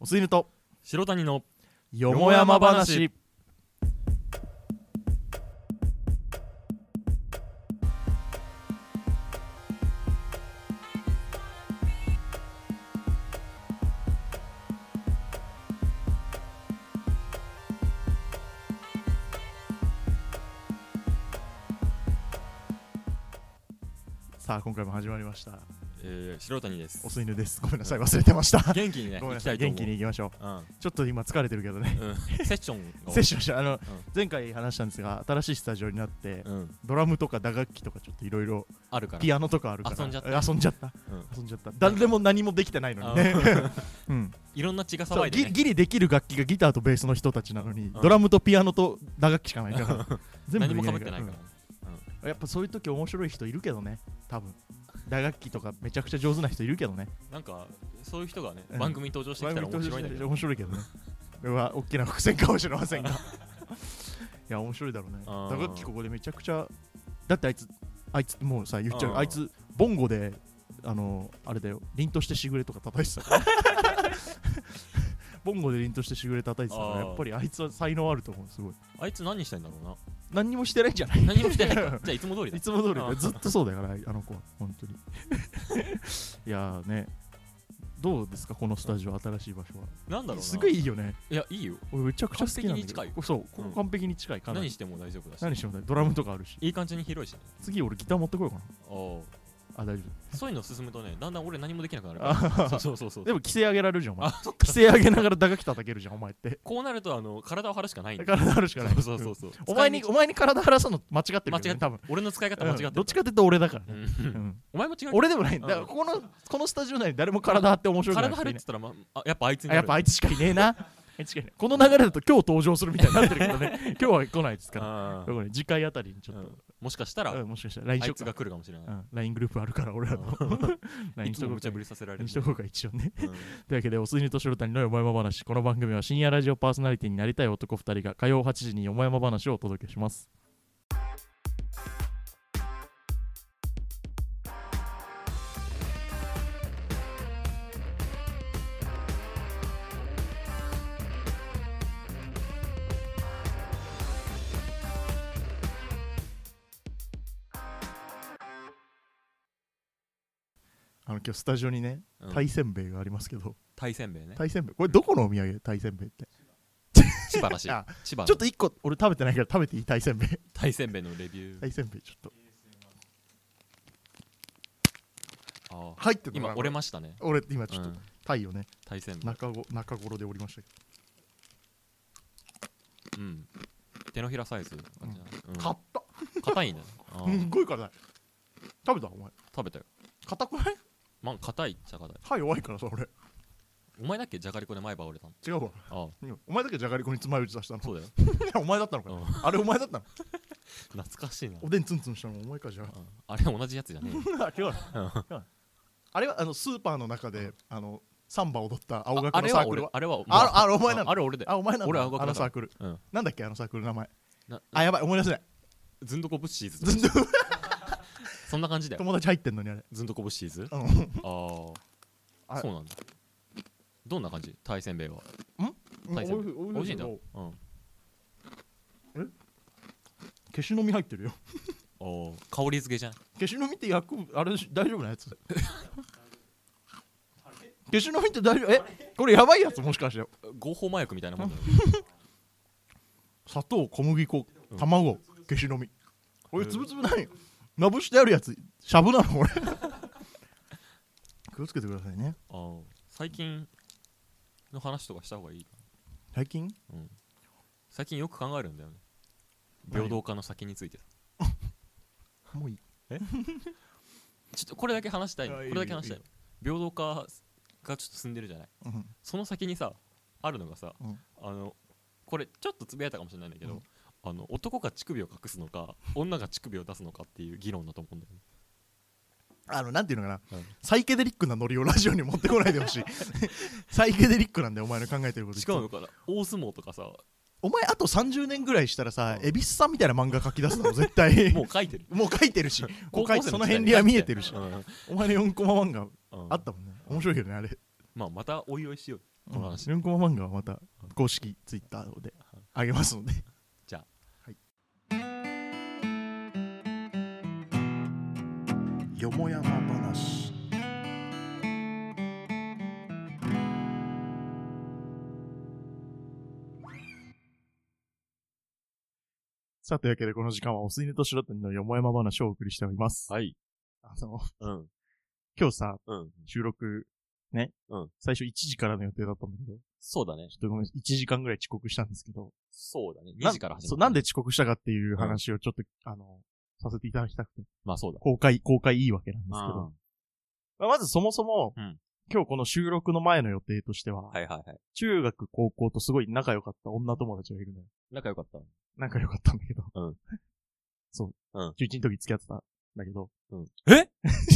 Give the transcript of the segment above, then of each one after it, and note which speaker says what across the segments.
Speaker 1: おすいぬと
Speaker 2: 白谷の
Speaker 1: よ
Speaker 2: もやま話
Speaker 1: さあ今回も始まりました
Speaker 2: えー、白谷です
Speaker 1: おすいぬですごめんなさい忘れてました
Speaker 2: 元気にね
Speaker 1: ごめんな
Speaker 2: 行きた
Speaker 1: さ
Speaker 2: い
Speaker 1: い
Speaker 2: と思
Speaker 1: 元
Speaker 2: う
Speaker 1: 気に行きましょ
Speaker 2: うん
Speaker 1: うちょっと今疲れてるけどね
Speaker 2: うん、 セッションを
Speaker 1: セッションしたあの、
Speaker 2: ん
Speaker 1: 前回話したんですが新しいスタジオになって、
Speaker 2: うん、
Speaker 1: ドラムとか打楽器とかちょっといろいろ
Speaker 2: あるから
Speaker 1: ピアノとかあるから
Speaker 2: 遊んじゃった
Speaker 1: 遊んじゃった
Speaker 2: うん
Speaker 1: 遊んじゃった誰も何もできてないのにね、うん、
Speaker 2: いろんな血が
Speaker 1: そ
Speaker 2: 騒
Speaker 1: う
Speaker 2: いで
Speaker 1: ギ
Speaker 2: ね
Speaker 1: ギリできる楽器がギターとベースの人たちなのに、
Speaker 2: うん
Speaker 1: ドラムとピアノと打楽器しかないから 全部
Speaker 2: 何も
Speaker 1: でき
Speaker 2: かぶってないから、
Speaker 1: うんやっぱそういう時面白い人いるけどね多分打楽器とかめちゃくちゃ上手な人いるけどね
Speaker 2: なんかそういう人がね、
Speaker 1: うん
Speaker 2: 番組に登場してきたら面白いんだけど
Speaker 1: 面白いけどね これは大きな伏線かもしれませんが いや面白いだろうね
Speaker 2: あ
Speaker 1: 打
Speaker 2: ー
Speaker 1: 楽器ここでめちゃくちゃだってあいつあいつもうさ言っちゃう
Speaker 2: あ
Speaker 1: あ
Speaker 2: ー
Speaker 1: いつボンゴであのあれだよ凛としてしぐれとか叩いてたから ボンゴで凛としてしぐれ叩いてたから
Speaker 2: あー
Speaker 1: やっぱりあいつは才能あると思うすごい
Speaker 2: あいつ何してんだろうな
Speaker 1: 何にもしてないんじゃ ない
Speaker 2: 何もして ないからじゃあいつも通りだ
Speaker 1: いつも通りだ
Speaker 2: あー
Speaker 1: ずっとそうだからあの子は本当に いやーねどうですかこのスタジオ新しい場所は
Speaker 2: なんだろうな
Speaker 1: すごい
Speaker 2: い
Speaker 1: いいよね
Speaker 2: やいいよ
Speaker 1: 俺めちゃくちゃ好きなんだけど
Speaker 2: 完璧に近
Speaker 1: そうここ完璧に近いかなり、
Speaker 2: 何しても大丈夫だし
Speaker 1: 何しても大丈夫ドラムとかあるし
Speaker 2: いい感じに広いし、ね、
Speaker 1: 次俺ギター持ってこようか
Speaker 2: お
Speaker 1: なあ大丈
Speaker 2: そういうの進むとねだんだん俺何もできなくなるか
Speaker 1: 夫
Speaker 2: らそうそうそうそう
Speaker 1: でも規制上げられるじゃんお前
Speaker 2: あそっか
Speaker 1: 規制上げながら打楽器叩けるじゃんお前って
Speaker 2: こうなるとあの体を張るしかないんだ
Speaker 1: 体張るしかない
Speaker 2: そうそうそうそう
Speaker 1: うんお前にお前に体張らすの間違ってるよね
Speaker 2: 間違って
Speaker 1: 多分
Speaker 2: 俺の使い方間違っ
Speaker 1: う
Speaker 2: てる
Speaker 1: んどっちかっていうと俺だからね
Speaker 2: うん
Speaker 1: うん
Speaker 2: お前も違う
Speaker 1: 俺でもないんだ
Speaker 2: うん
Speaker 1: だからこのこのスタジオ内に誰も体張って面白くない
Speaker 2: 体
Speaker 1: 人
Speaker 2: 張
Speaker 1: いな
Speaker 2: るっ
Speaker 1: い
Speaker 2: つったら、まあ、やっぱあいつに
Speaker 1: あ
Speaker 2: な
Speaker 1: やっ
Speaker 2: る
Speaker 1: ぱあいつしかいねえなあいつしかいねえこの流れだと今日登場するみたいになってるけど ね今日は来ないですから
Speaker 2: あ
Speaker 1: だからね次回あたりにち
Speaker 2: ー
Speaker 1: ょっ
Speaker 2: うんもしかした
Speaker 1: と、
Speaker 2: ら、
Speaker 1: うんもしかしたら LINE
Speaker 2: あ
Speaker 1: し
Speaker 2: い
Speaker 1: よ
Speaker 2: つ
Speaker 1: う
Speaker 2: が
Speaker 1: か
Speaker 2: 来るかもしれ
Speaker 1: う
Speaker 2: なん
Speaker 1: LINE グループあるから俺らの
Speaker 2: い。
Speaker 1: LINE
Speaker 2: い
Speaker 1: し
Speaker 2: つ
Speaker 1: と
Speaker 2: も
Speaker 1: こう
Speaker 2: 無
Speaker 1: か
Speaker 2: 茶ぶりさせられ
Speaker 1: LINE
Speaker 2: るん
Speaker 1: し
Speaker 2: で。
Speaker 1: とこうか一応ね
Speaker 2: うん
Speaker 1: というわけで、おすいぬとしろたにのよもやま話。この番組は深夜ラジオパーソナリティになりたい男2人が火曜8時によもやま話をお届けします。あの今日スタジオにね、
Speaker 2: うん
Speaker 1: タイせんべいがありますけど、
Speaker 2: タイせんべいね。
Speaker 1: タイせんべいこれどこのお土産タイせんべいって
Speaker 2: 千葉らしい
Speaker 1: あ。
Speaker 2: 千葉の
Speaker 1: ちょっと一個俺食べてないから食べていいタイせん べい
Speaker 2: タイせんべいのレビュー。
Speaker 1: タイせんべいちょっと
Speaker 2: あー
Speaker 1: 入ってんの
Speaker 2: 今、
Speaker 1: かな
Speaker 2: 折れましたね。
Speaker 1: 俺今ち
Speaker 2: う
Speaker 1: ょっと
Speaker 2: ん
Speaker 1: タイをね
Speaker 2: タイせんべい。
Speaker 1: 中ご中頃で折りましたけ
Speaker 2: うん手のひらサイズ。あじゃあうん
Speaker 1: ど硬っ
Speaker 2: 硬いね。あ
Speaker 1: す
Speaker 2: ー
Speaker 1: んごい硬い食べたお前
Speaker 2: 食べたよ。
Speaker 1: 硬くない
Speaker 2: まあ、硬いっちゃ硬い。
Speaker 1: 歯弱いからさ俺
Speaker 2: お前だっけじゃがりこで前歯折れたの。
Speaker 1: 違うわ
Speaker 2: ああ、
Speaker 1: 今お前だけじゃがりこにつまようじ出 したの
Speaker 2: そうだよ。
Speaker 1: いやお前だったのかよ
Speaker 2: うん
Speaker 1: あれお前だったの
Speaker 2: 懐かしいな。
Speaker 1: おでんツンツンしたのお前か じゃあ
Speaker 2: うんあれ同じやつじゃねえよ。
Speaker 1: あ違う わ違うわあれはあのスーパーの中であのサンバ踊った青学
Speaker 2: あ
Speaker 1: の
Speaker 2: れ
Speaker 1: サ
Speaker 2: は
Speaker 1: ークル
Speaker 2: 俺
Speaker 1: は、
Speaker 2: あれは、
Speaker 1: ああれお前なの
Speaker 2: あれ俺で。
Speaker 1: あお前なん
Speaker 2: 俺
Speaker 1: だ
Speaker 2: 青学だ
Speaker 1: あのサークル
Speaker 2: うん
Speaker 1: なんだっけあのサークルの名前
Speaker 2: な
Speaker 1: あやばい思い出せない
Speaker 2: ずんどこぶっシーズとか
Speaker 1: ずっと
Speaker 2: そんな感じだよ。
Speaker 1: 友達入ってんのにあれ
Speaker 2: ずんどこぶっシーズ
Speaker 1: うん
Speaker 2: ああ
Speaker 1: あ
Speaker 2: そうなんだどんな感じタイせんべいは
Speaker 1: うん
Speaker 2: タイせんべ
Speaker 1: 美
Speaker 2: 美味しいんだ
Speaker 1: けど
Speaker 2: うんあ
Speaker 1: 消しの実入ってるよ
Speaker 2: ー香り付けじゃん
Speaker 1: 消しの実って薬物あれ大丈夫なやつ消しの実って大丈夫えこれやばいやつもしかして
Speaker 2: 合法麻薬みたいなもんだよ
Speaker 1: 砂糖小麦粉
Speaker 2: うん
Speaker 1: 卵、消しの実これつぶつぶないまぶしてあるやつしゃぶなのこれ 気をつけてくださいね
Speaker 2: あー最近の話とかした方がいい
Speaker 1: 最近
Speaker 2: 最近よく考えるんだよね平等化の先について
Speaker 1: もういい
Speaker 2: ちょっとこれだけ話したいの
Speaker 1: あ
Speaker 2: こ
Speaker 1: いい
Speaker 2: れだけ話したいの平等化がちょっと進んでるじゃない
Speaker 1: うん
Speaker 2: その先にさあるのがさ、
Speaker 1: うん
Speaker 2: あのこれちょっとつぶやいたかもしれないんだけど、
Speaker 1: うん
Speaker 2: あの男が乳首を隠すのか女が乳首を出すのかっていう議論だと思うんだよね
Speaker 1: あのなんていうのかな、
Speaker 2: うん
Speaker 1: サイケデリックなノリをラジオに持ってこないでほしい サイケデリックなんだよお前の考えてること
Speaker 2: しかもから大相撲とか さ
Speaker 1: お前あと30年ぐらいしたらさ蛭子さんみたいな漫画書き出すの 絶対
Speaker 2: もう書いてる
Speaker 1: もう書いてるし
Speaker 2: 高
Speaker 1: こ
Speaker 2: 校
Speaker 1: う書
Speaker 2: 生
Speaker 1: い
Speaker 2: の
Speaker 1: て
Speaker 2: 時代に
Speaker 1: その辺りは見えてるし
Speaker 2: うん
Speaker 1: お前の4コマ漫画
Speaker 2: うん
Speaker 1: あったもんね面白いよねあれ
Speaker 2: まあまたおいおいしようこの話
Speaker 1: うん、4コマ漫画はまた公式ツイッターであげますので
Speaker 2: じゃあ
Speaker 1: よもやま話さあ、というわけで、この時間は、おすいねとしろとにのよもやま話をお送りしております。
Speaker 2: はい
Speaker 1: あの、
Speaker 2: うん
Speaker 1: 今日さ、
Speaker 2: うん
Speaker 1: 収録、ね、
Speaker 2: うん
Speaker 1: 最初1時からの予定だったんだけど、
Speaker 2: そうだね
Speaker 1: ちょっとごめん、1時間ぐらい遅刻したんですけど、
Speaker 2: そうだね
Speaker 1: な
Speaker 2: 2時から始まった
Speaker 1: そう、なんで遅刻したかっていう話をちょっと、あの、させていただきたくて、
Speaker 2: まあそうだ
Speaker 1: 公開、公開いいわけなんですけど、
Speaker 2: うん
Speaker 1: まあまずそもそも、
Speaker 2: うん
Speaker 1: 今日この収録の前の予定としては、
Speaker 2: はいはいはい
Speaker 1: 中学、高校とすごい仲良かった女友達がいるのよ。
Speaker 2: 仲良かった
Speaker 1: 仲良かったんだけど。
Speaker 2: うん
Speaker 1: そう。
Speaker 2: うん
Speaker 1: 中1の時付き合ってたんだけど。
Speaker 2: うん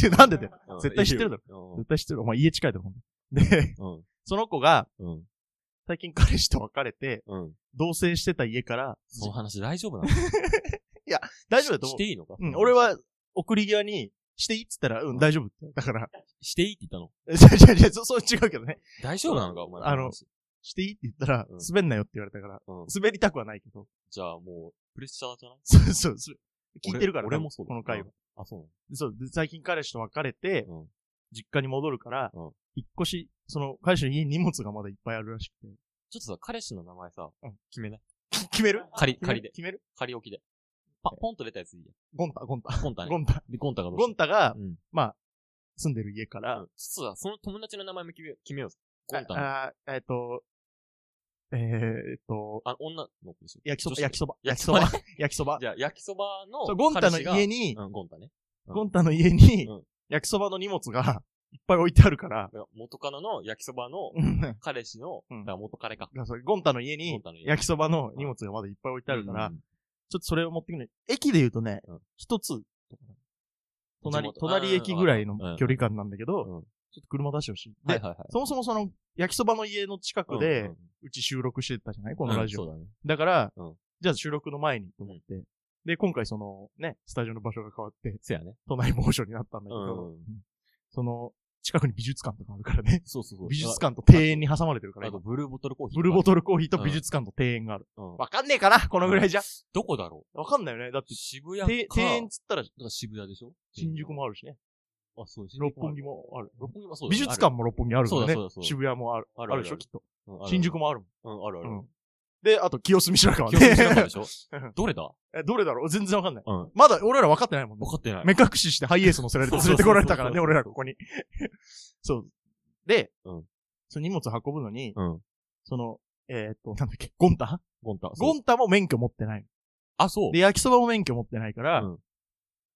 Speaker 1: えなんでだよ。
Speaker 2: うん
Speaker 1: 絶対知ってるだ
Speaker 2: ろ
Speaker 1: 絶対知ってる。お前家近いと思う。で、
Speaker 2: うん
Speaker 1: その子が
Speaker 2: うん
Speaker 1: 最近彼氏と別れて、
Speaker 2: うん
Speaker 1: 同棲してた家から、
Speaker 2: その話大丈夫な の
Speaker 1: 大丈夫だと思
Speaker 2: し
Speaker 1: う
Speaker 2: て。いいのか
Speaker 1: うん、俺は送り際に、していいっつったら、うん、大丈夫って。だから、
Speaker 2: していいって言ったの
Speaker 1: じゃじゃじゃ、そそう違うけどね。
Speaker 2: 大丈夫なのかお前
Speaker 1: あの
Speaker 2: 話
Speaker 1: していいって言ったら
Speaker 2: うん、
Speaker 1: 滑んなよって言われたから、
Speaker 2: うん
Speaker 1: 滑りたくはないけど。
Speaker 2: じゃあもうプレッシャーじゃない
Speaker 1: そうそうそう。聞いてるから、
Speaker 2: 俺俺もそうだ
Speaker 1: この回は。
Speaker 2: あそう
Speaker 1: でそう、で最近彼氏と別れて、
Speaker 2: なのうん
Speaker 1: 実家に戻るから、
Speaker 2: うん
Speaker 1: 引っ越し、その、彼氏の家に荷物がまだいっぱいあるらしくて。
Speaker 2: ちょっとさ彼氏の名前さ
Speaker 1: うん
Speaker 2: 決めない
Speaker 1: 決 める
Speaker 2: 仮仮で
Speaker 1: 決める
Speaker 2: 仮置きでパポンと出たやついいや
Speaker 1: ゴンタ、ゴンタ。
Speaker 2: ゴンタね
Speaker 1: ゴンタ。
Speaker 2: でゴンタがどう
Speaker 1: ゴンタが、
Speaker 2: うん
Speaker 1: 住んでる家から、
Speaker 2: 実はその友達の名前も決めよう決めようぜゴンタのあ
Speaker 1: あ、あえっと、えー、っと、
Speaker 2: 女の子でしょ
Speaker 1: 焼きそ
Speaker 2: 女
Speaker 1: ば、
Speaker 2: 子
Speaker 1: 焼きそば、
Speaker 2: 焼
Speaker 1: 焼
Speaker 2: き
Speaker 1: き
Speaker 2: そ
Speaker 1: そば焼きそば。
Speaker 2: ばね、じゃあ焼きそばの
Speaker 1: そう、ゴンタの家
Speaker 2: に
Speaker 1: に、
Speaker 2: うんゴンタねうん
Speaker 1: ゴンタの家に、
Speaker 2: うん
Speaker 1: 焼きそばの荷物がいっぱい置いてあるから、
Speaker 2: 元カノの焼きそばの
Speaker 1: うんだか
Speaker 2: 彼氏の
Speaker 1: うん
Speaker 2: だから元彼から
Speaker 1: そうゴンタの家
Speaker 2: ゴン
Speaker 1: に、
Speaker 2: タの家
Speaker 1: 焼きそばの荷物がまだいっぱい置いてあるから、
Speaker 2: うん
Speaker 1: ちょっとそれを持ってくるのに駅で言うとね
Speaker 2: うん、
Speaker 1: 一、つとかね、隣、
Speaker 2: 地元
Speaker 1: 隣駅ぐらい
Speaker 2: うん
Speaker 1: の
Speaker 2: うん
Speaker 1: 距離感なんだけど、
Speaker 2: うん
Speaker 1: ちょっと車出してほしい。で、
Speaker 2: はいはいはい
Speaker 1: そもそもその、焼きそばの家の近く
Speaker 2: うん
Speaker 1: で
Speaker 2: うん、
Speaker 1: うち収録してたじゃないこのラジオ。
Speaker 2: うんそうだね
Speaker 1: だから、
Speaker 2: うん
Speaker 1: じゃあ収録の前にと思って、で、今回その、ね、スタジオの場所が変わって、
Speaker 2: せやね
Speaker 1: 隣某所になったんだけど、
Speaker 2: うん
Speaker 1: その、近くに美術館とかあるからね。
Speaker 2: そうそうそう
Speaker 1: 美術館と庭園に挟まれてるか
Speaker 2: あ
Speaker 1: ら
Speaker 2: あと
Speaker 1: 今、
Speaker 2: ブルーボトルコーヒー
Speaker 1: ブルーボ
Speaker 2: ト
Speaker 1: トルコーヒーと美術館と庭園がある。
Speaker 2: ル
Speaker 1: わかんねえかなこのぐらいじゃ。
Speaker 2: どこだろ
Speaker 1: わかんないよね。だっ
Speaker 2: う
Speaker 1: て、
Speaker 2: 渋谷か
Speaker 1: 庭庭園っつったら、
Speaker 2: だから渋谷でしょ
Speaker 1: 新宿もあるしね。
Speaker 2: あそうです
Speaker 1: 六本木もある。
Speaker 2: 六本木もそうだ
Speaker 1: 美
Speaker 2: ね
Speaker 1: 術館も六本木あるからね
Speaker 2: そうだそうだそう。だ
Speaker 1: 渋谷もある。
Speaker 2: あ
Speaker 1: あ
Speaker 2: るある
Speaker 1: るでしょ、きっと。
Speaker 2: あるうん
Speaker 1: 新宿もあるもん。
Speaker 2: うんあるある
Speaker 1: うんで、あと、清澄白河
Speaker 2: 記憶になかった
Speaker 1: ね
Speaker 2: で。しょ
Speaker 1: うん
Speaker 2: どれだ
Speaker 1: えどれだろう全然わかんない。
Speaker 2: うん。分
Speaker 1: まだ、俺ら分かってないもんね。
Speaker 2: かってない。
Speaker 1: 目隠ししてハイエース乗せられて
Speaker 2: そう
Speaker 1: 連
Speaker 2: そう
Speaker 1: れ
Speaker 2: そ
Speaker 1: て
Speaker 2: う
Speaker 1: こられたから
Speaker 2: そ
Speaker 1: ね、
Speaker 2: う
Speaker 1: 俺らここに。 そう。で
Speaker 2: うん、
Speaker 1: その荷物運ぶのに、
Speaker 2: うん。
Speaker 1: その、えーっと、なんだっけ、ゴンタ
Speaker 2: ゴンタ。
Speaker 1: ゴ
Speaker 2: ン
Speaker 1: ンタも免許持ってない。
Speaker 2: あ、そう。
Speaker 1: で、焼きそばも免許持ってないから
Speaker 2: うん、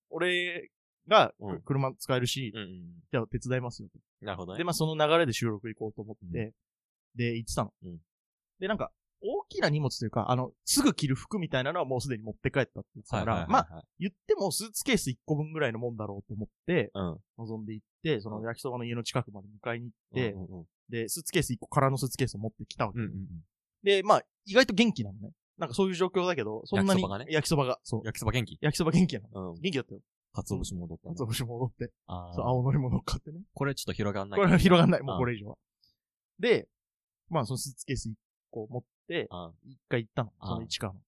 Speaker 1: 俺が
Speaker 2: うん
Speaker 1: 車使えるし、
Speaker 2: うんうん。
Speaker 1: じゃあ手伝いますよ。
Speaker 2: なるほどね。
Speaker 1: で、まあ、その流れで収録行こうと思って、
Speaker 2: う
Speaker 1: で、行ってたの。
Speaker 2: うん
Speaker 1: で、なんか、大きな荷物というか、あの、すぐ着る服みたいなのはもうすでに持って帰ったって言ってたから、まあ、
Speaker 2: あ、
Speaker 1: 言ってもスーツケース1個分ぐらいのもんだろうと思って、
Speaker 2: うん。
Speaker 1: 望んで行って、その焼きそばの家の近くまで迎えに行って、
Speaker 2: うんうん
Speaker 1: で、スーツケース1個空のスーツケースを持ってきたわけ。
Speaker 2: うんうん。
Speaker 1: で、まあ、意外と元気なのね。なんかそういう状況だけど、そんなに
Speaker 2: 焼きそばがね
Speaker 1: 焼きそばが、そう。
Speaker 2: 焼きそば元気
Speaker 1: 焼きそば元気なの。
Speaker 2: うん。
Speaker 1: 元気だったよ。
Speaker 2: 鰹節戻ったね。
Speaker 1: 鰹節戻って、
Speaker 2: あ
Speaker 1: そう、
Speaker 2: あ。
Speaker 1: 青のりも乗っかってね。
Speaker 2: これちょっと広がんない。
Speaker 1: これは広がんない、も
Speaker 2: あ
Speaker 1: う
Speaker 2: ー
Speaker 1: これ以上は。で、まあそのスーツケース1個持って、
Speaker 2: あ
Speaker 1: 一回行ったの。
Speaker 2: あー
Speaker 1: その市川の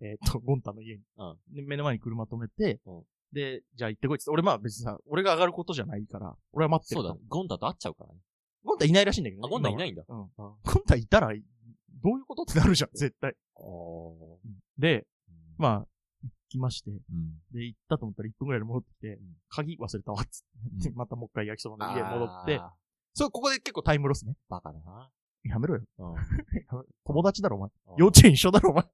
Speaker 2: うん。
Speaker 1: えーっと、ゴンタの家に
Speaker 2: うん。
Speaker 1: で、目の前に車止めて
Speaker 2: うん、
Speaker 1: で、じゃあ行ってこいっつって、俺まあ別にさ、俺が上がることじゃないから、俺は待って
Speaker 2: そ
Speaker 1: る
Speaker 2: う
Speaker 1: から。
Speaker 2: だ、ゴンタと会っちゃうからね。
Speaker 1: ゴンタいないらしいんだけど
Speaker 2: あ、
Speaker 1: ね。
Speaker 2: ゴンタい
Speaker 1: い
Speaker 2: ないんだ。
Speaker 1: うん。ゴンタいたら、どういうことってなるじゃん、絶対。
Speaker 2: あー
Speaker 1: で、まあ、行きまして、
Speaker 2: うん。
Speaker 1: で、行ったと思ったら1分ぐらいで戻ってきて、鍵忘れたわっつ って、で
Speaker 2: う
Speaker 1: またもう一回焼きそばの家に戻って
Speaker 2: あ、ー。
Speaker 1: そう、ここで結構タイムロスね。
Speaker 2: バカだな。
Speaker 1: やめろよ。
Speaker 2: うん
Speaker 1: 友達だろ、お前。
Speaker 2: うん
Speaker 1: 幼稚園一緒だろ、お前。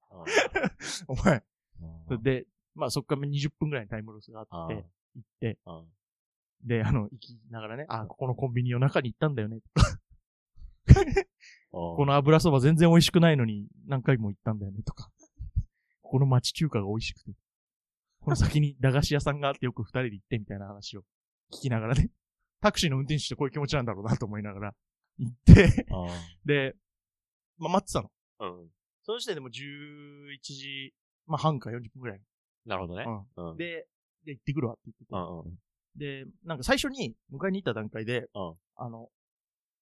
Speaker 1: お前。
Speaker 2: うん
Speaker 1: それで、まあそっから20分ぐらいのタイムロスがあ
Speaker 2: あ
Speaker 1: っ
Speaker 2: ー
Speaker 1: て、行って、
Speaker 2: うん
Speaker 1: で、あの、行きながらね、あー、ここのコンビニの中に行ったんだよね。こ
Speaker 2: こ
Speaker 1: の油そば全然美味しくないのに何回も行ったんだよね、とか。 ここの町中華が美味しくて。この先に駄菓子屋さんがあってよく二人で行ってみたいな話を聞きながらね。タクシーの運転手ってこういう気持ちなんだろうなと思いながら行って、
Speaker 2: の、
Speaker 1: で、まあ、待ってたの。
Speaker 2: うん。
Speaker 1: その時点でもう11時、まあ、半か40分ぐらい。
Speaker 2: なるほどね。うん、
Speaker 1: で、で、行ってくるわって言ってて
Speaker 2: うんうん。
Speaker 1: で、なんか最初に迎えに行った段階で、
Speaker 2: うん
Speaker 1: あの、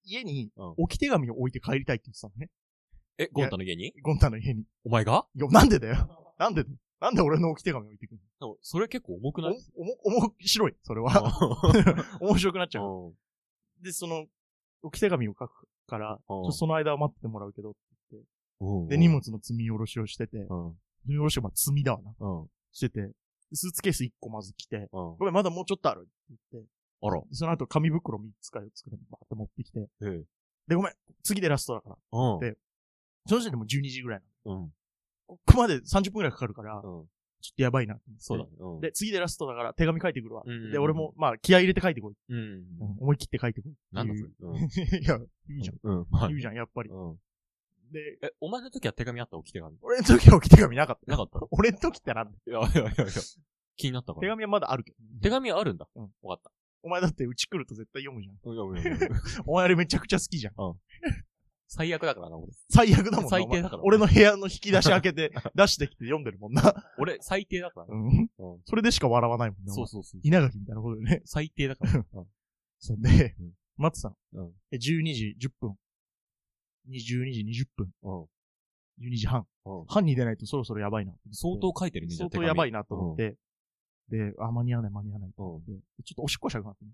Speaker 1: 家に
Speaker 2: うん
Speaker 1: 置き手紙を置いて帰りたいって言ってたのね。
Speaker 2: え、ゴンタの家に
Speaker 1: ゴンタの家に。
Speaker 2: お前が
Speaker 1: いや、なんでだよ。なんでだよなんで俺の置き手紙置いてくる
Speaker 2: でもそれ結構重く
Speaker 1: の
Speaker 2: ない
Speaker 1: お、おも、面白い。それは。 面白くなっちゃう。
Speaker 2: うん
Speaker 1: で、その、置き手紙を書くから、ちょっとその間は待っててもらうけど。
Speaker 2: うん
Speaker 1: で、荷物の積み下ろしをしてて、
Speaker 2: うん。
Speaker 1: 積み下ろしはまあ積みだわな。
Speaker 2: うん。うん。
Speaker 1: してて、スーツケース1個まず来て、ごめん、まだもうちょっとあるって言って、
Speaker 2: あら。
Speaker 1: その後紙袋3つか4つくらいバーって持ってきて、
Speaker 2: ええ。
Speaker 1: で、ごめん、次でラストだから。
Speaker 2: うん
Speaker 1: でその時点でもう12時ぐらいなの。
Speaker 2: うん。
Speaker 1: ここまで30分ぐらいかかるから、ちょっ
Speaker 2: うん。
Speaker 1: とやばいなって思って
Speaker 2: そうだね。うん。
Speaker 1: で、次でラストだから手紙書いてくるわ。
Speaker 2: うんうんうん
Speaker 1: で、俺も、まあ、気合い入れて書いてこい。
Speaker 2: うん。
Speaker 1: 思い切って書いてこい。
Speaker 2: なんだそ
Speaker 1: そ
Speaker 2: れ。うん。
Speaker 1: れ。 いや、いいじゃん。
Speaker 2: うん。まあ
Speaker 1: いいじゃん、やっぱり。
Speaker 2: うん。
Speaker 1: で、
Speaker 2: え、お前の時は手紙あった置き手紙
Speaker 1: 俺の時は置き手紙なかった。
Speaker 2: なかった
Speaker 1: 俺の時ってなんだよ
Speaker 2: いやいやいやいや。気になったか
Speaker 1: 手
Speaker 2: ら。
Speaker 1: 紙はまだあるけど。
Speaker 2: 手紙あるんだ。
Speaker 1: うん。
Speaker 2: わかっ
Speaker 1: お前だってうち来ると絶対読むじゃん。
Speaker 2: た。うんうんうん
Speaker 1: お前あれめちゃくちゃ好きじゃん。
Speaker 2: 最悪だからな、俺。
Speaker 1: 最悪だもんな
Speaker 2: 最低だか
Speaker 1: お
Speaker 2: ら
Speaker 1: 前俺の部屋の引き出し開けて、 出してきて読んでるもんな。
Speaker 2: 俺、最低だから
Speaker 1: う
Speaker 2: な。
Speaker 1: ん。
Speaker 2: うん。
Speaker 1: それでしか笑わないもんな。
Speaker 2: そうそうそう。
Speaker 1: 稲垣みたいなことでね。
Speaker 2: 最低だから。
Speaker 1: そんで
Speaker 2: うん、
Speaker 1: 待ってたの。
Speaker 2: うん。
Speaker 1: え、12時10分。12時20分。
Speaker 2: うん。
Speaker 1: 12時半。
Speaker 2: うん。
Speaker 1: 半に出ないとそろそろやばいなって思って。
Speaker 2: 相当書いてるね、じゃ
Speaker 1: 相
Speaker 2: あ手
Speaker 1: 当
Speaker 2: 紙
Speaker 1: やばいなと思って。で、あ、間に合わない間に合わないと
Speaker 2: うん。
Speaker 1: 思って。ちょっとおしっこしたくなってね。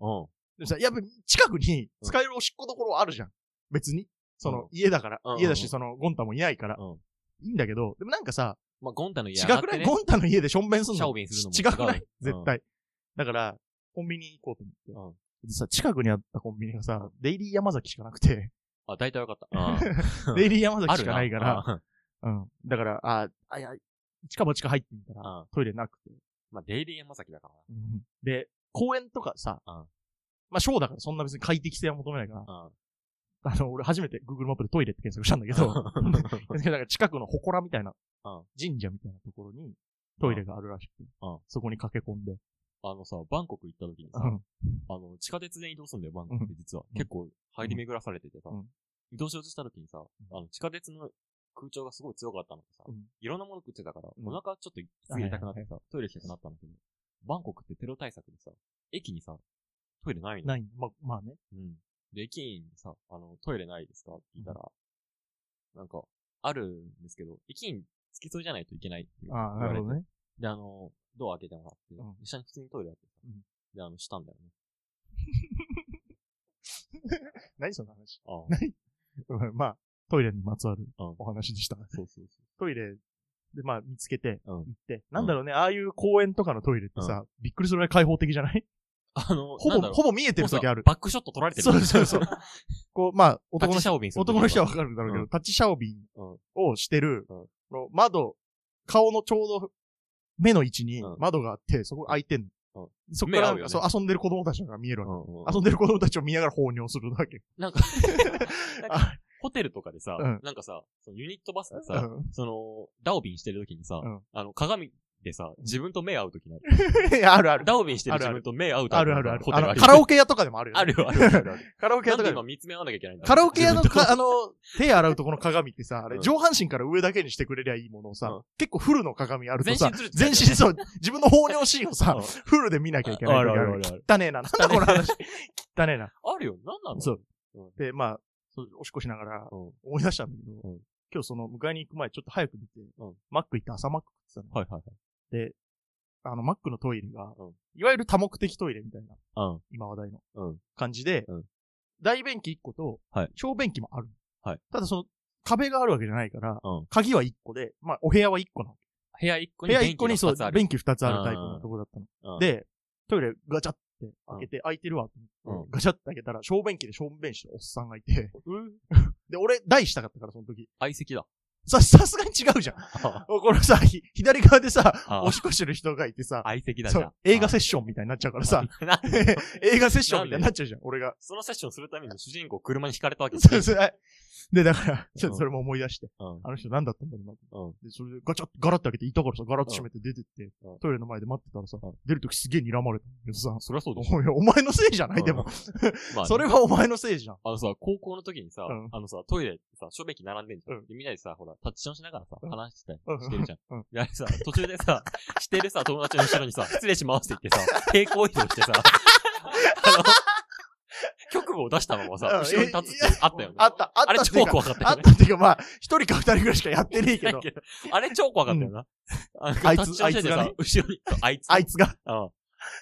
Speaker 2: うん。
Speaker 1: でさ、やっぱ近くに使えるおしっこどころあるじゃん。別に。そうの
Speaker 2: ん、
Speaker 1: 家だから
Speaker 2: うんうん。うん
Speaker 1: 家だし、その、ゴンタもいないから
Speaker 2: う。ん。
Speaker 1: いいんだけど、でもなんかさ、
Speaker 2: まあ、ゴンタの家
Speaker 1: 違
Speaker 2: 上がっ
Speaker 1: くな
Speaker 2: て
Speaker 1: い
Speaker 2: ね。
Speaker 1: ゴンタの家でしょんべんすん
Speaker 2: シャ
Speaker 1: の
Speaker 2: オビンするのも
Speaker 1: 違くない
Speaker 2: 違う
Speaker 1: 絶対。だから、コンビニ行こうと思っ
Speaker 2: うん。
Speaker 1: て。でさ、近くにあったコンビニがさ、デイリー山崎しかなくて、
Speaker 2: あ、大体わかった。 あー
Speaker 1: デイリー山
Speaker 2: あ
Speaker 1: 崎
Speaker 2: る
Speaker 1: しかないから、
Speaker 2: な。
Speaker 1: うん。だから、あ、あ、いや、近場近入ってみたら、
Speaker 2: あ
Speaker 1: トイレなくて。
Speaker 2: まあ、デイリー山崎だから
Speaker 1: うんで、公園とかさ、
Speaker 2: うん
Speaker 1: まあ、ショーだからそんな別に快適性は求めないから、
Speaker 2: な。
Speaker 1: あの、俺初めて Google マップでトイレって検索したんだけど、だから近くの祠みたいな、
Speaker 2: うん
Speaker 1: 神社みたいなところにトイレがあるらしくて、
Speaker 2: うん
Speaker 1: そこに駆け込んで、
Speaker 2: あのさ、バンコク行った時にさ、
Speaker 1: うん
Speaker 2: あの、地下鉄で移動するんだよ、バンコクって実は。
Speaker 1: うん
Speaker 2: 結構、入り巡らされててさ
Speaker 1: うん、
Speaker 2: 移動しようとした時にさ、あの、地下鉄の空調がすごい強かったのでさ
Speaker 1: うん、
Speaker 2: いろんなもの食ってたから、
Speaker 1: ん
Speaker 2: お腹ちょっと入れたくなってさ、トイレ行きたくなったんだけど、バンコクってテロ対策でさ、駅にさ、トイレないの。
Speaker 1: ないま、まあね。
Speaker 2: うん。で、駅員にさ、あの、トイレないですかって聞いたら、なんか、あるんですけど、駅員付き添いじゃないといけないっていう
Speaker 1: ああ、なるほどね。
Speaker 2: で、あの、ドア開けてもらって、
Speaker 1: うん
Speaker 2: 一緒に普通にトイレやってた。
Speaker 1: うん
Speaker 2: で、あの、したんだよね。
Speaker 1: 何その話。
Speaker 2: あ
Speaker 1: うんまあ、トイレにまつわる
Speaker 2: あ、うん
Speaker 1: お話でした。
Speaker 2: そうそうそ
Speaker 1: トイレで、まあ、見つけて、
Speaker 2: うん。
Speaker 1: 行って、なんだろうね、ああいう公園とかのトイレってさ、びっくりするぐらい開放的じゃないう
Speaker 2: あの、
Speaker 1: ほ
Speaker 2: なん
Speaker 1: ぼ、
Speaker 2: だろう
Speaker 1: ほぼ見えてる時あ
Speaker 2: もう
Speaker 1: る
Speaker 2: さ。バックショット撮られてる。
Speaker 1: そうそうそう。こう、まあ、
Speaker 2: タッ
Speaker 1: 男の
Speaker 2: チシ
Speaker 1: 人、
Speaker 2: ャオビンする時
Speaker 1: 男の人はわかるだろうけど、
Speaker 2: う
Speaker 1: タッチシャオビン
Speaker 2: うん
Speaker 1: をしてる、
Speaker 2: うん
Speaker 1: の窓、顔のちょうど目の位置に
Speaker 2: うん
Speaker 1: 窓があって、そこ開いてんの。そこ
Speaker 2: 目
Speaker 1: から
Speaker 2: 合
Speaker 1: な
Speaker 2: うんよ
Speaker 1: か
Speaker 2: ね
Speaker 1: そう遊んでる子供たちが見えるわ
Speaker 2: うんうん
Speaker 1: け。遊んでる子供たちを見ながら放尿するわけ。
Speaker 2: なんか、なんか
Speaker 1: あ
Speaker 2: ホテルとかでさ、
Speaker 1: うん
Speaker 2: なんかさ、そのユニットバスで
Speaker 1: う
Speaker 2: さ、
Speaker 1: ん
Speaker 2: その、ダオビンしてる時にさ、
Speaker 1: うん
Speaker 2: あの、鏡でさ、自分と目合う時ない。
Speaker 1: い やあるある。
Speaker 2: ダオビンしてる
Speaker 1: あるあ
Speaker 2: 自
Speaker 1: る
Speaker 2: 分と目合うタ
Speaker 1: あ
Speaker 2: イプ
Speaker 1: る
Speaker 2: の
Speaker 1: あるある。
Speaker 2: ホテ
Speaker 1: あ
Speaker 2: ル
Speaker 1: の
Speaker 2: ある。
Speaker 1: カラオケ屋とかでもあるよね。
Speaker 2: あるよ、あるよあるある。
Speaker 1: カラオケ屋とか
Speaker 2: なんで
Speaker 1: でも
Speaker 2: 今。見つめ合わなきゃいけないんだ
Speaker 1: カラオケ屋の
Speaker 2: 自分と
Speaker 1: か、あの、手洗うとこの鏡ってさ、あれ、
Speaker 2: うん
Speaker 1: 上半身から上だけにしてくれりゃいいものをさ、
Speaker 2: うん
Speaker 1: 結構フルの鏡あると
Speaker 2: 全
Speaker 1: さ
Speaker 2: 身、ずる
Speaker 1: 全身そう、自分の放尿シーンをさ、
Speaker 2: うん
Speaker 1: フルで見なきゃいけない時ある。
Speaker 2: あるあるあるある
Speaker 1: 汚ねえな。なんだこの話。汚ねえな。
Speaker 2: あるよ、なんなの
Speaker 1: そう。
Speaker 2: うん
Speaker 1: で、まあ、そうおしっこしながら
Speaker 2: うん。
Speaker 1: 思い出したんだけど、
Speaker 2: うん
Speaker 1: 今日その迎えに行く前ちょっと早く出て、
Speaker 2: うん
Speaker 1: マック行って朝マック食ってたの。
Speaker 2: はいはい
Speaker 1: あの、マックのトイレが、
Speaker 2: うん
Speaker 1: いわゆる多目的トイレみたいな、
Speaker 2: はい。うん。
Speaker 1: 今話題の
Speaker 2: うん
Speaker 1: 感じで、
Speaker 2: うん
Speaker 1: 大便器1個と
Speaker 2: はい、
Speaker 1: 小便器もある。
Speaker 2: はい
Speaker 1: ただその、壁があるわけじゃないから、
Speaker 2: うん
Speaker 1: 鍵は1個で、まあ、お部屋は1個なの。
Speaker 2: 部屋一個
Speaker 1: 部
Speaker 2: に
Speaker 1: 屋1個に
Speaker 2: 便器
Speaker 1: そ
Speaker 2: が
Speaker 1: う
Speaker 2: 二つあ、る。
Speaker 1: 便器2つあるタイプのところだったの。
Speaker 2: うん、
Speaker 1: で、トイレガチャって開けて、開いてるわって思って、
Speaker 2: うん
Speaker 1: ガチャって開けたら、小便器で小便してるおっさんがいて、
Speaker 2: うん
Speaker 1: で、俺、台したかったから、その時。
Speaker 2: 相 席だ。
Speaker 1: さ、さすがに違うじゃん。このさ、ひ左側でさ、
Speaker 2: あ
Speaker 1: おしっこしてる人がいてさ、
Speaker 2: 相席だじ
Speaker 1: そう
Speaker 2: ゃ。
Speaker 1: ん映画セッションみたいになっちゃうからさ、
Speaker 2: あな
Speaker 1: 映画セッションみたいになっちゃうじゃん、俺が。
Speaker 2: そのセッションするために主人公車にひかれたわけじ
Speaker 1: そ
Speaker 2: ゃな
Speaker 1: う
Speaker 2: い
Speaker 1: そうはいで、だから、ちょっ
Speaker 2: うん
Speaker 1: とそれも思い出して、
Speaker 2: うん
Speaker 1: あの人何だったんだろうなって。
Speaker 2: うん
Speaker 1: で、それでガチャッ、ガラッて開けて、いたからさ、ガラッと閉めて出てって
Speaker 2: うん、
Speaker 1: トイレの前で待ってたらさ
Speaker 2: うん、
Speaker 1: 出るときすげえ睨まれたんだけどさ、
Speaker 2: そりゃそうでしょ。
Speaker 1: おいお前のせいじゃないで
Speaker 2: う
Speaker 1: も。
Speaker 2: まあね
Speaker 1: それはお前のせいじゃん。
Speaker 2: あのさ、高校の時にさ、
Speaker 1: うん
Speaker 2: あのさ、トイレってさ、小便器並んでんじゃん。
Speaker 1: うん
Speaker 2: でみんなでさ、ほら、タッチションしながらさ、
Speaker 1: うん
Speaker 2: 話してたり
Speaker 1: うん
Speaker 2: してるじゃん。
Speaker 1: うん
Speaker 2: で、あれさ、途中でさ、してるさ、友達の後ろにさ、失礼しますって言ってさ、平行移動してさ、あの、局部具を出したままさ、
Speaker 3: うん
Speaker 2: 後ろに立つってあったよね。
Speaker 3: あった、あ
Speaker 2: あ
Speaker 3: っ
Speaker 2: れ
Speaker 3: たってい
Speaker 2: 超
Speaker 3: うか、
Speaker 2: 怖か った
Speaker 3: あっ
Speaker 2: よね。
Speaker 3: たっていうか、まあ、一人か二人ぐらいしかやってねえけ
Speaker 2: だ
Speaker 3: ど、
Speaker 2: けどあれ超怖かったよな。あ
Speaker 3: あ
Speaker 2: の
Speaker 3: いつ
Speaker 2: タッチの人でさ
Speaker 3: あい
Speaker 2: 後ろに、そうあいつ。
Speaker 3: あいつが、
Speaker 2: うん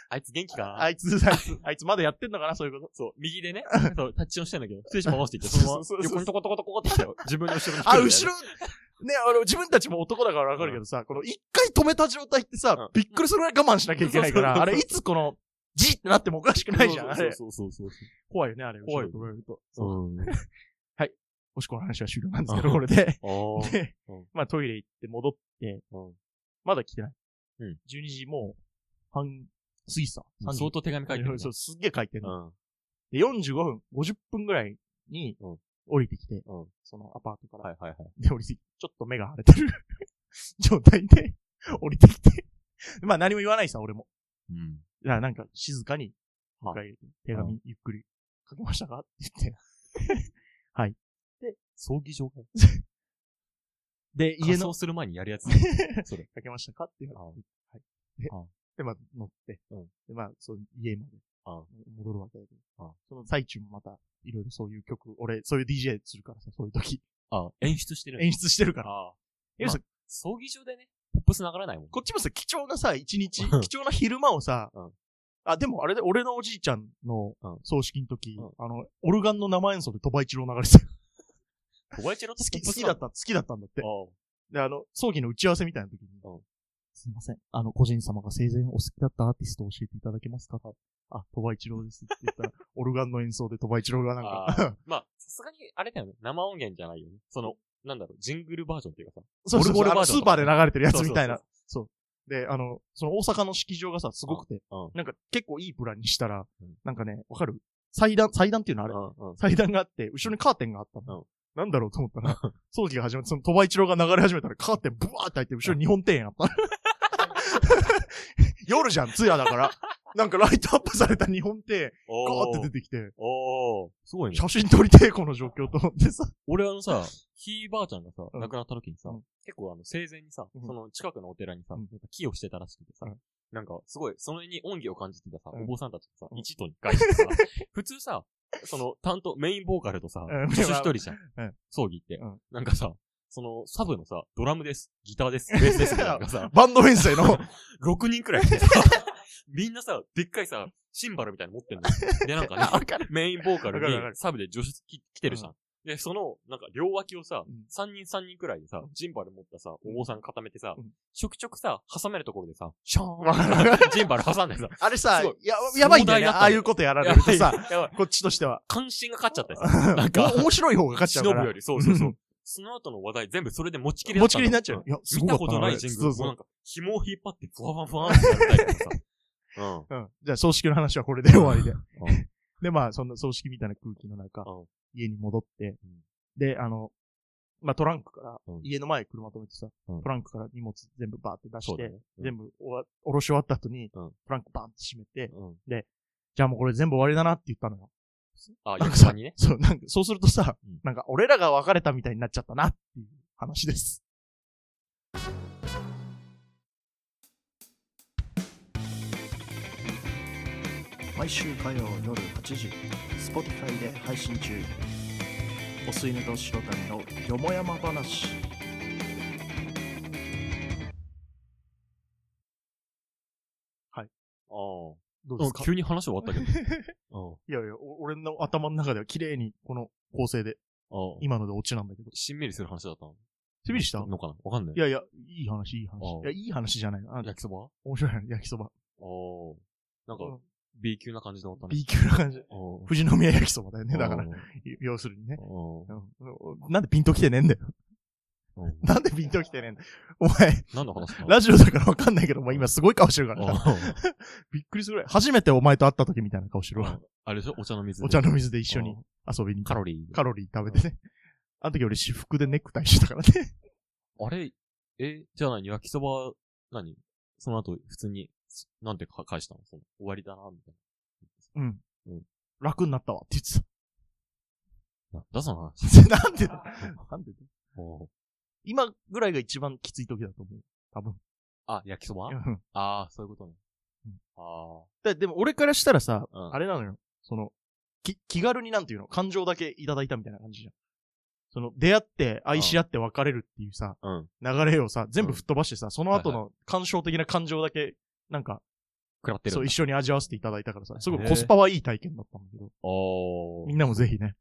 Speaker 2: あいつ元気かな
Speaker 3: あいつ、あい つ、
Speaker 1: あいつまだやってんのかな、そういうこと。
Speaker 2: そう、右 でね、そう、タッチをしてんだけ ど、ステージ戻していって、
Speaker 3: そう
Speaker 2: そのまま
Speaker 3: そうそうそう
Speaker 2: 横にトコトコトコって来たよ。自分の後ろに来て
Speaker 3: あ、
Speaker 2: る んだよね。
Speaker 3: 後ろ、ね、あの、自分たちも男だからわかるけどさ、この一回止めた状態って
Speaker 2: うん
Speaker 3: さ、びっくりするぐらい我慢しなきゃいけないか
Speaker 2: そう
Speaker 3: ら、
Speaker 2: そう
Speaker 3: あれいつこの、ジーってなってもおかしくないじゃん、あれ。
Speaker 2: そうそうそうそう
Speaker 1: 怖いよね、あれ。
Speaker 2: 怖いよ
Speaker 1: 後ろに止めると。
Speaker 2: そう。うん。
Speaker 1: もしこの話は終了なんですけ
Speaker 2: う
Speaker 1: ど、
Speaker 2: ん
Speaker 1: これで。
Speaker 2: ああ。
Speaker 1: で
Speaker 2: うん、
Speaker 1: まあトイレ行って戻って、
Speaker 2: うん
Speaker 1: まだ来てない。
Speaker 2: うん
Speaker 1: 12時もう、半、過ぎてた。3時
Speaker 2: 相当手紙書いてるね。
Speaker 1: そう、すっげえ書いてる
Speaker 2: う
Speaker 1: の。
Speaker 2: ん。
Speaker 1: で、45分、50分ぐらいに
Speaker 2: うん、
Speaker 1: 降りてきて、
Speaker 2: うん。は
Speaker 1: そのアパートから。
Speaker 2: いはいはい。
Speaker 1: で、降りてきて、ちょっと目が腫れてる 状態で、降りてきて。まあ何も言わないさ、俺も。
Speaker 2: うん。
Speaker 1: だからなんか静かに、
Speaker 2: は
Speaker 1: も
Speaker 2: いう
Speaker 1: 一回手紙ゆっくり書けましたかって言って。
Speaker 2: 葬儀場
Speaker 1: で、
Speaker 2: 家
Speaker 1: 家
Speaker 2: の。
Speaker 1: の、
Speaker 2: する前にやるやつ。それ。
Speaker 1: 書けましたかっていう。
Speaker 2: あ
Speaker 1: で、まあ、乗って、
Speaker 2: うん
Speaker 1: で、まあ、そう、家まで
Speaker 2: あ
Speaker 1: 戻るわけだけ
Speaker 2: あ
Speaker 1: ど、その最中もまた、いろいろそういう曲、俺、そういう DJ するからさ、そういう時、
Speaker 2: あ、演出してる。
Speaker 1: 演出してるから、
Speaker 2: ああ。
Speaker 1: 要するに
Speaker 2: 葬儀場でね、ポップス流れないもん。
Speaker 1: こっちもさ、貴重なさ、一日、
Speaker 2: うん
Speaker 1: 貴重な昼間をさ、
Speaker 2: うん
Speaker 1: あ、でもあれで、俺のおじいちゃんの
Speaker 2: うん
Speaker 1: 葬式の時、
Speaker 2: うん
Speaker 1: あの、オルガンの生演奏で鳥羽一郎流れ てた。
Speaker 2: 小林ロ
Speaker 1: 好き、好きだった、好きだったんだって
Speaker 2: あ。あ。
Speaker 1: で、あの、葬儀の打ち合わせみたいな時に、
Speaker 2: うん
Speaker 1: すいません、あの、個人様が生前お好きだったアーティストを教えていただけますかあ、鳥羽一郎ですって言ったら、 オルガンの演奏で鳥羽一郎がなん
Speaker 2: あ
Speaker 1: か、
Speaker 2: まあ、さすがに、あれだよね。生音源じゃないよね。その、なんだろう、ジングルバージョンっていうかさ。
Speaker 1: そうそうそう
Speaker 2: オルゴール
Speaker 1: あ
Speaker 2: バー
Speaker 1: の
Speaker 2: ジ
Speaker 1: ス
Speaker 2: ョン
Speaker 1: ー
Speaker 2: とか
Speaker 1: パーで流れてるやつみたいな
Speaker 2: そ。
Speaker 1: で、あの、その大阪の式場がさ、すごくて
Speaker 2: うんうん、
Speaker 1: なんか結構いいプランにしたら
Speaker 2: うん、
Speaker 1: なんかね、わかる祭壇、祭壇っていうのあ
Speaker 2: う
Speaker 1: れ
Speaker 2: そうそう。うんうん。
Speaker 1: 祭壇があって、後ろにカーテンがあった
Speaker 2: うん
Speaker 1: の。なんだろうと思ったら、葬儀が始まって、その鳥羽一郎が流れ始めたら、カーテンブワーって入って、後ろに日本庭園あ った。夜じゃん、通夜だから。なんかライトアップされた日本庭園、ガ
Speaker 2: お
Speaker 1: ーって
Speaker 2: ー
Speaker 1: 出てきて、
Speaker 2: おーすごいね。
Speaker 1: 写真撮りてえ、この状況と思ってさ。
Speaker 2: 俺あ のさ、ひいばあちゃんがさ、
Speaker 1: うん
Speaker 2: 亡くなった時にさ
Speaker 1: うん、
Speaker 2: 結構あの、生前にさ、
Speaker 1: うん
Speaker 2: その近くのお寺にさ、
Speaker 1: う
Speaker 2: なんんか寄与してたらしくてさ
Speaker 1: うん、
Speaker 2: なんかすごい、その辺に恩義を感じてたさ、
Speaker 1: うん
Speaker 2: お坊さんたちがさ、
Speaker 1: うん
Speaker 2: 一途に返し てさ、普通さ、その担当、メインボーカルとさ
Speaker 1: うん、
Speaker 2: 普通一人じゃ
Speaker 1: うんん。
Speaker 2: 葬儀って
Speaker 1: うん。
Speaker 2: なんかさ、その、サブのさ、ドラムです、ギターです、ベースです、みたいなのが さ、
Speaker 1: バンド編成の、
Speaker 2: 6人くらい来 てさ、みんなさ、でっかいさ、シンバルみたいなの持ってんの。で、なんか ね、メインボーカル
Speaker 1: わかるわ
Speaker 2: に
Speaker 1: かる
Speaker 2: サブで助手き来てるじゃん。で、その、なんか両脇をさ
Speaker 1: うん、
Speaker 2: 3人3人くらいでさ、ジンバル持ったさ、お坊さん固めてさ
Speaker 1: うん、
Speaker 2: ちょくちょくさ、挟めるところでさ、シャ
Speaker 1: わかるわかる
Speaker 2: ーンジンバル挟んでさ、
Speaker 1: あれさ
Speaker 2: すごい、
Speaker 1: や、やばいんだよ
Speaker 2: 壮大
Speaker 1: ね。
Speaker 2: だった
Speaker 1: ああいうことやられるとさ、
Speaker 2: やばい、
Speaker 1: こっちとしては。
Speaker 2: 関心が勝っちゃったよさ。なんか、
Speaker 1: お面白い方が勝っちゃうか
Speaker 2: 忍ぶ
Speaker 1: ら
Speaker 2: よ。り、そうそうそうう。その後の話題全部それで持ちきりだ
Speaker 1: 持
Speaker 2: った
Speaker 1: ち
Speaker 2: の
Speaker 1: きりになっちゃう。いや、す
Speaker 2: 見
Speaker 1: ごか
Speaker 2: た
Speaker 1: った
Speaker 2: ことないジングル
Speaker 1: そ
Speaker 2: を
Speaker 1: うそう
Speaker 2: なんか、紐を引っ張って、ふわふわふわってやるタイプのさ。うん。
Speaker 1: うん。じゃあ、葬式の話はこれで終わり で
Speaker 2: ん。
Speaker 1: で、まあ、そんな葬式みたいな空気の中
Speaker 2: うん、
Speaker 1: 家に戻って
Speaker 2: うん、
Speaker 1: で、あの、まあ、トランクから
Speaker 2: うん、
Speaker 1: 家の前に車止めてさ、
Speaker 2: うん
Speaker 1: トランクから荷物全部バーって出
Speaker 2: そ
Speaker 1: し
Speaker 2: うだ
Speaker 1: て、
Speaker 2: ね。うん
Speaker 1: 全部おわ下ろし終わった後に、
Speaker 2: うん
Speaker 1: トランクバーンって閉めて、
Speaker 2: うん。
Speaker 1: じゃあもうこれ全部終わりだなって言ったのよ。
Speaker 2: あ、
Speaker 1: なんか
Speaker 2: 横
Speaker 1: さ
Speaker 2: にね。
Speaker 1: そう、なんか、そうするとさ
Speaker 2: うん、
Speaker 1: なんか、俺らが別れたみたいになっちゃったなっていう話です。
Speaker 4: 毎週火曜夜8時 Spotify で配信中お吸い寝と白谷のよもやま話
Speaker 2: ああ。
Speaker 1: どうですか
Speaker 2: 急に話終わったけ ど。
Speaker 1: いやいや、お俺の頭の中では綺麗にこの構成で、
Speaker 2: うん。今、
Speaker 1: 今のでオチなんだけど。
Speaker 2: しんみりする話だったの
Speaker 1: セビリした
Speaker 2: のかなわかんない。
Speaker 1: いやいや、いい話、いい話
Speaker 2: ああ。
Speaker 1: いや、いい話じゃないな。あ
Speaker 2: 焼きそば
Speaker 1: 面白いな焼きそば。
Speaker 2: おお。なんか
Speaker 1: うん、
Speaker 2: B 級な感じで終わったね。
Speaker 1: B 級な感じ。
Speaker 2: おー
Speaker 1: 富士宮焼きそばだよね、だから
Speaker 2: お。
Speaker 1: 要するにね
Speaker 2: ー。おー
Speaker 1: うんなんでピンときてねえんだよ。
Speaker 2: おー
Speaker 1: なんでピンときてねえんだよ。お前、
Speaker 2: 何の話か
Speaker 1: ラジオだからわかんないけど、お前今すごい顔してるからな。
Speaker 2: ジ
Speaker 1: びっくりするぐらい。初めてお前と会った時みたいな顔してるわ。
Speaker 2: あれでしょお茶の水。
Speaker 1: お茶の水で一緒に
Speaker 2: うん
Speaker 1: 遊びに行って
Speaker 2: カロリー。
Speaker 1: カロリー食べてね。あの時俺私服でネクタイしてたからね。
Speaker 2: あれ、え、じゃあ何焼きそば、何その後、普通に、すなんてか返したのその終わりだな、みたい
Speaker 1: うん
Speaker 2: うん。
Speaker 1: 楽になったわって言ってた。
Speaker 2: な。出す の
Speaker 1: なんでだなんでだ
Speaker 2: 話。おー
Speaker 1: 今ぐらいが一番きつい時だと思う。多分。
Speaker 2: あ、焼きそば
Speaker 1: うん
Speaker 2: ああ、そういうことね
Speaker 1: うん。
Speaker 2: あ
Speaker 1: だでも俺からしたらさ、
Speaker 2: あ。うん
Speaker 1: あれなのよ。その、き、気軽になんていうの感情だけいただいたみたいな感じじゃん。その、出会って、愛し合って別れるっていうさ、
Speaker 2: うん。
Speaker 1: 流れをさ、全部吹っ飛ばしてさ、その後
Speaker 2: は
Speaker 1: の感傷的な感情だけ、なんか、
Speaker 2: 食らってる
Speaker 1: そ
Speaker 2: ん
Speaker 1: う、
Speaker 2: だ。
Speaker 1: 一緒に味わわせていただいたからさ、すごい
Speaker 2: へー
Speaker 1: コスパはいい体験だったんだけど、
Speaker 2: お
Speaker 1: み
Speaker 2: ー。
Speaker 1: んなもぜひね、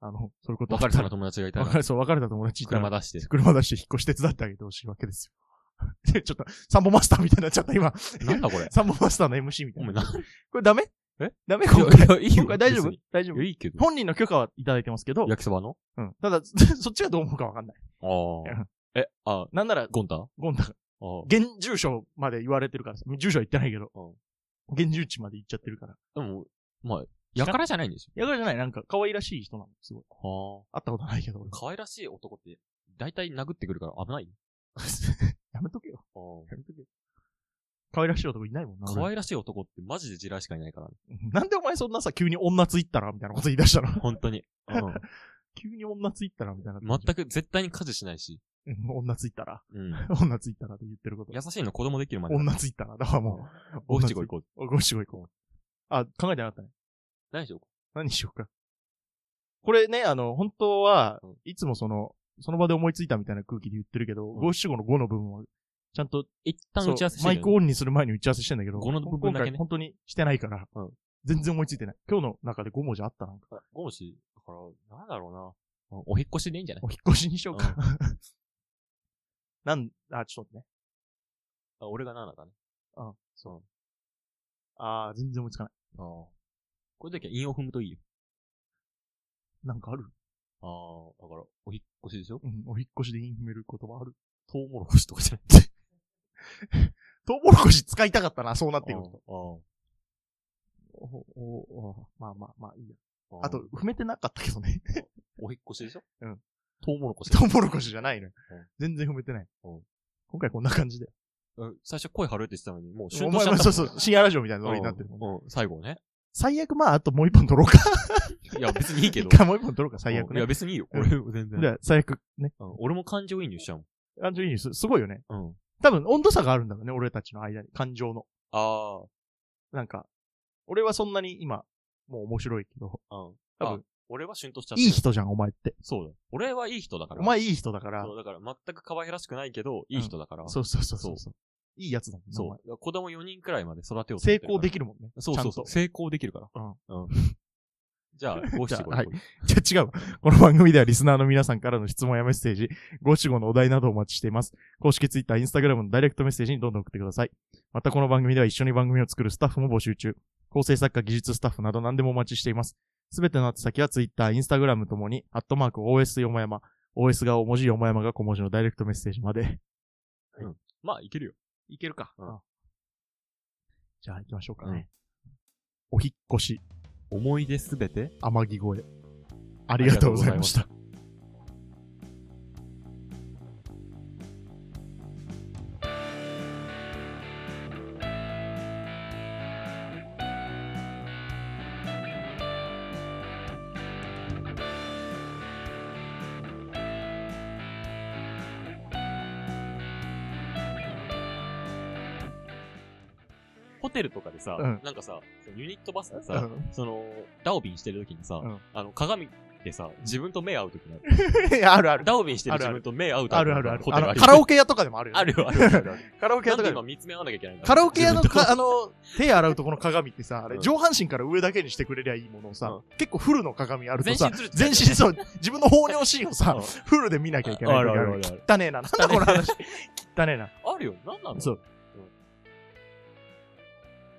Speaker 1: あの、そういうことあっ
Speaker 2: 別れ
Speaker 1: たら
Speaker 2: たの、友達がいた
Speaker 1: 別
Speaker 2: ら、
Speaker 1: れ、そう、別れた友達いた
Speaker 2: 車
Speaker 1: ら、
Speaker 2: 出して。
Speaker 1: 車出して引っ越し手伝ってあげてほしいわけですよ。 で、ちょっと、サンボマスターみたいになっちゃった、今。
Speaker 2: なんだこれ。
Speaker 1: サンボマスターの MC みた
Speaker 2: お
Speaker 1: い
Speaker 2: 前
Speaker 1: な。
Speaker 2: な、
Speaker 1: これダメ
Speaker 2: え
Speaker 1: ダメ
Speaker 2: い
Speaker 1: 今回。
Speaker 2: やいやいいよ
Speaker 1: 今回大丈夫
Speaker 2: 別に
Speaker 1: 大丈夫
Speaker 2: いやいいけど。
Speaker 1: 本人の許可はいただいてますけど、
Speaker 2: 焼きそばの
Speaker 1: うん。ただ、 そっちがどう思うかわかんない。
Speaker 2: ああ。え、あ、
Speaker 1: なんなら、
Speaker 2: ゴンタあ
Speaker 1: ゴンダが、
Speaker 2: あ。
Speaker 1: 現住所まで言われてるからさ、住所は言ってないけど、現住地まで行っちゃってるから。
Speaker 2: でも、まあ、やからじゃないんでし
Speaker 1: やからじゃない、なんか可愛らしい人なの、すごい。
Speaker 2: ょ。
Speaker 1: 会ったことないけど、俺
Speaker 2: ああ。可愛らしい男って、大体殴ってくるから危ない
Speaker 1: やめとけよ。
Speaker 2: ああ。
Speaker 1: やめとけよ。可愛らしい男いないもんな。
Speaker 2: 可
Speaker 1: 俺
Speaker 2: 愛らしい男ってマジで地雷しかいないからね。
Speaker 1: なんでお前そんなさ、急に女ツイッターみたいなこと言い出したの
Speaker 2: 本当に。うん。
Speaker 1: 急に女ツイッターみたいな。
Speaker 2: 全く絶対に家事しないし。
Speaker 1: うん女ツイッター。
Speaker 2: うん。
Speaker 1: 女ツイッターって言ってること。
Speaker 2: 優しいの子供できるまで。
Speaker 1: 女ツイッターだからもう。
Speaker 2: 五七五行こう。
Speaker 1: う。ごしご行こう。あ、考えてなかったね。
Speaker 2: 何でしょう
Speaker 1: 何しようか。これね、あの、本当は
Speaker 2: うん、
Speaker 1: いつもその、その場で思いついたみたいな空気で言ってるけど、
Speaker 2: ん
Speaker 1: 五七五の五の部分は、ちゃんと、
Speaker 2: 一旦
Speaker 1: そう
Speaker 2: 打ち合わせして
Speaker 1: マ
Speaker 2: る
Speaker 1: イ
Speaker 2: よ
Speaker 1: クオンにする前に打ち合わせしてんだけど、
Speaker 2: 五の部分だ
Speaker 1: 今
Speaker 2: けね
Speaker 1: 回本当にしてないから、
Speaker 2: うん
Speaker 1: 全然思いついてない。今日の中で5文字あった なんか。
Speaker 2: ね。ゴムシ、だから、なんだろうな。お引っ越しでいいんじゃない
Speaker 1: お引っ越しにしようか。なん、あ、ちょっと待ってね。
Speaker 2: あ俺が7だね。
Speaker 1: そう。あー、全然思いつかない。
Speaker 2: ああ。これだけは韻を踏むといいよ。
Speaker 1: なんかある
Speaker 2: ああ、だから、お引っ越しでしょ
Speaker 1: うん、お引っ越しでインフメる言葉ある。
Speaker 2: トウモロコシとかじゃなくて。
Speaker 1: トウモロコシ使いたかったな、そうなってくると。
Speaker 2: あ
Speaker 1: おおおまあまあまあいいや。
Speaker 2: あ
Speaker 1: あと、、踏めてなかったけどね。
Speaker 2: お引っ越しでしょ
Speaker 1: うん。
Speaker 2: トウモロコシ。
Speaker 1: トウモロコシじゃないのよ
Speaker 2: うん。
Speaker 1: 全然踏めてない
Speaker 2: うん。
Speaker 1: 今回こんな感じで。
Speaker 2: うん最初声張るってしてたのに、もう
Speaker 1: お
Speaker 2: 瞬間
Speaker 1: 前
Speaker 2: しちゃ
Speaker 1: も
Speaker 2: った
Speaker 1: そうそう、深夜ラジオみたいなノリになってるもん。
Speaker 2: うん、うん最 後ね。
Speaker 1: 最悪まあ、あともう一本取ろうか。
Speaker 2: いや、別にいいけ
Speaker 1: 一
Speaker 2: ど。
Speaker 1: 回もう一本取ろうか、最悪
Speaker 2: うんいや、
Speaker 1: ね。
Speaker 2: 別にいいよ。
Speaker 1: うん
Speaker 2: 俺、全然。
Speaker 1: じゃあ最悪ね。
Speaker 2: うん俺も感情移入しちゃうもん。
Speaker 1: 感情移入すすごいよね。
Speaker 2: うん。
Speaker 1: 多分温度差があるんだろうね、俺たちの間に。感情の。
Speaker 2: あ
Speaker 1: なんか、俺はそんなに今、もう面白いけど。
Speaker 2: あ、うん。
Speaker 1: 多
Speaker 2: あ
Speaker 1: 分、
Speaker 2: 俺は瞬としちゃった。
Speaker 1: いい人じゃん、お前って。
Speaker 2: そうだ。俺はいい人だから。
Speaker 1: お前いい人だから
Speaker 2: そ。う、だから全く可愛らしくないけど、いい人だから。
Speaker 1: そうそうそうそうそう。いいやつだもんね。お
Speaker 2: そ
Speaker 1: 前
Speaker 2: う。子供4人くらいまで育てよう
Speaker 1: 成功で
Speaker 2: き
Speaker 1: きるもんね。
Speaker 2: そうそうそう。
Speaker 1: ち
Speaker 2: 成功できるから。うん。 じ ゃあ、五
Speaker 1: じゃ
Speaker 2: 七
Speaker 1: あ
Speaker 2: 五。
Speaker 1: はいゃんと。じゃあ違うわ。この番組ではリスナーの皆さんからの質問やメッセージ、五七五のお題などをお待ちしています。公式ツイッター、インスタグラムのダイレクトメッセージにどんどん送ってください。またこの番組では一緒に番組を作るスタッフも募集中。構成作家、技術スタッフなど何でもお待ちしています。すべての宛先はツイッター、インスタグラムともに、アットマーク OS よもやま、OS が大文字よもやまが小文字のダイレクトメッセージまで。
Speaker 2: まあ、いけるよ。
Speaker 1: いけるか。
Speaker 2: うん
Speaker 1: じゃあ行きましょうかね。お引っ越し。
Speaker 2: 思い出すべて
Speaker 1: 天城越え。ありがとうございました。
Speaker 2: ホテルとかでさ
Speaker 1: うん、
Speaker 2: なんかさ、そのユニットバスで
Speaker 1: う
Speaker 2: さ、
Speaker 1: ん
Speaker 2: その、ダオビンしてる時にさ
Speaker 1: うん、
Speaker 2: あの、鏡でさ、自分と目合 う時にある、
Speaker 1: いやあるある。
Speaker 2: ダオビンしてる
Speaker 1: あるあ
Speaker 2: 自
Speaker 1: る
Speaker 2: 分と目合う
Speaker 1: あるあるある。
Speaker 2: ホテ
Speaker 1: あ
Speaker 2: ルあ
Speaker 1: の
Speaker 2: る
Speaker 1: カラオケ屋とかでもあるよね。
Speaker 2: あるよ、あるよあるよあるよ。
Speaker 1: カラオケ
Speaker 2: な
Speaker 1: 屋
Speaker 2: ん
Speaker 1: とか
Speaker 2: で
Speaker 1: で
Speaker 2: 今
Speaker 1: も。
Speaker 2: 見つめ合わなきゃいけないんだ
Speaker 1: カラオケ屋の
Speaker 2: 自分と
Speaker 1: か、あの、手洗うとこの鏡ってさ、あれ、
Speaker 2: うん
Speaker 1: 上半身から上だけにしてくれりゃいいものをさ、結構フルの鏡あると
Speaker 2: 全
Speaker 1: さ
Speaker 2: 身、つる
Speaker 1: 全身、そう、自分の放尿シーンをさ
Speaker 2: うん、
Speaker 1: フルで見なきゃいけない時あ
Speaker 2: あるあ
Speaker 1: る
Speaker 2: るある ある。
Speaker 1: 汚ねえな。なんだこの話。汚ねえな。
Speaker 2: あるよ。なんなの
Speaker 1: そう。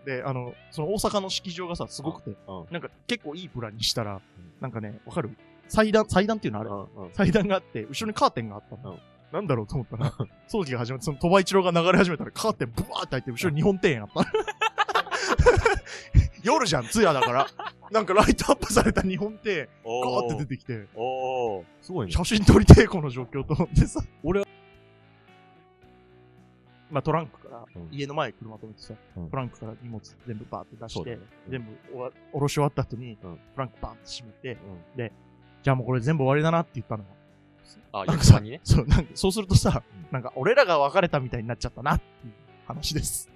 Speaker 1: で、あの、その大阪の式場がさ、すごくて
Speaker 2: うんうん、
Speaker 1: なんか結構いいプランにしたら、なんかね、わかる祭壇、祭壇っていうのあ
Speaker 2: う
Speaker 1: れ
Speaker 2: んうん。
Speaker 1: 祭壇があって、後ろにカーテンがあった
Speaker 2: う
Speaker 1: の
Speaker 2: ん。
Speaker 1: なんだろうと思ったら、葬儀が始まって、その鳥羽一郎が流れ始めたら、カーテンブワーって開いて、後ろに日本庭園あった。 夜じゃん、通夜だから。なんかライトアップされた日本庭園、ガ
Speaker 2: お
Speaker 1: ー
Speaker 2: ー
Speaker 1: って出てきて、
Speaker 2: おー。すごいね。
Speaker 1: 写真撮りてえ、この状況と思ってさ。
Speaker 2: 俺
Speaker 1: は、まあトランクから
Speaker 2: うん、
Speaker 1: 家の前に車止めてさ、
Speaker 2: うん
Speaker 1: トランクから荷物全部バーって出
Speaker 2: そ
Speaker 1: し
Speaker 2: うだ
Speaker 1: て
Speaker 2: ね、
Speaker 1: 全部おわ下ろし終わった後に、
Speaker 2: うん
Speaker 1: トランクバーンって閉めて、
Speaker 2: うん
Speaker 1: じゃあもうこれ全部終わりだなって言ったの。
Speaker 2: あ、
Speaker 1: なん
Speaker 2: 焼
Speaker 1: か
Speaker 2: きそ
Speaker 1: さ
Speaker 2: ばにね。
Speaker 1: そう、なんか、そうするとさ
Speaker 2: うん、
Speaker 1: なんか、俺らが別れたみたいになっちゃったな、っていう話です。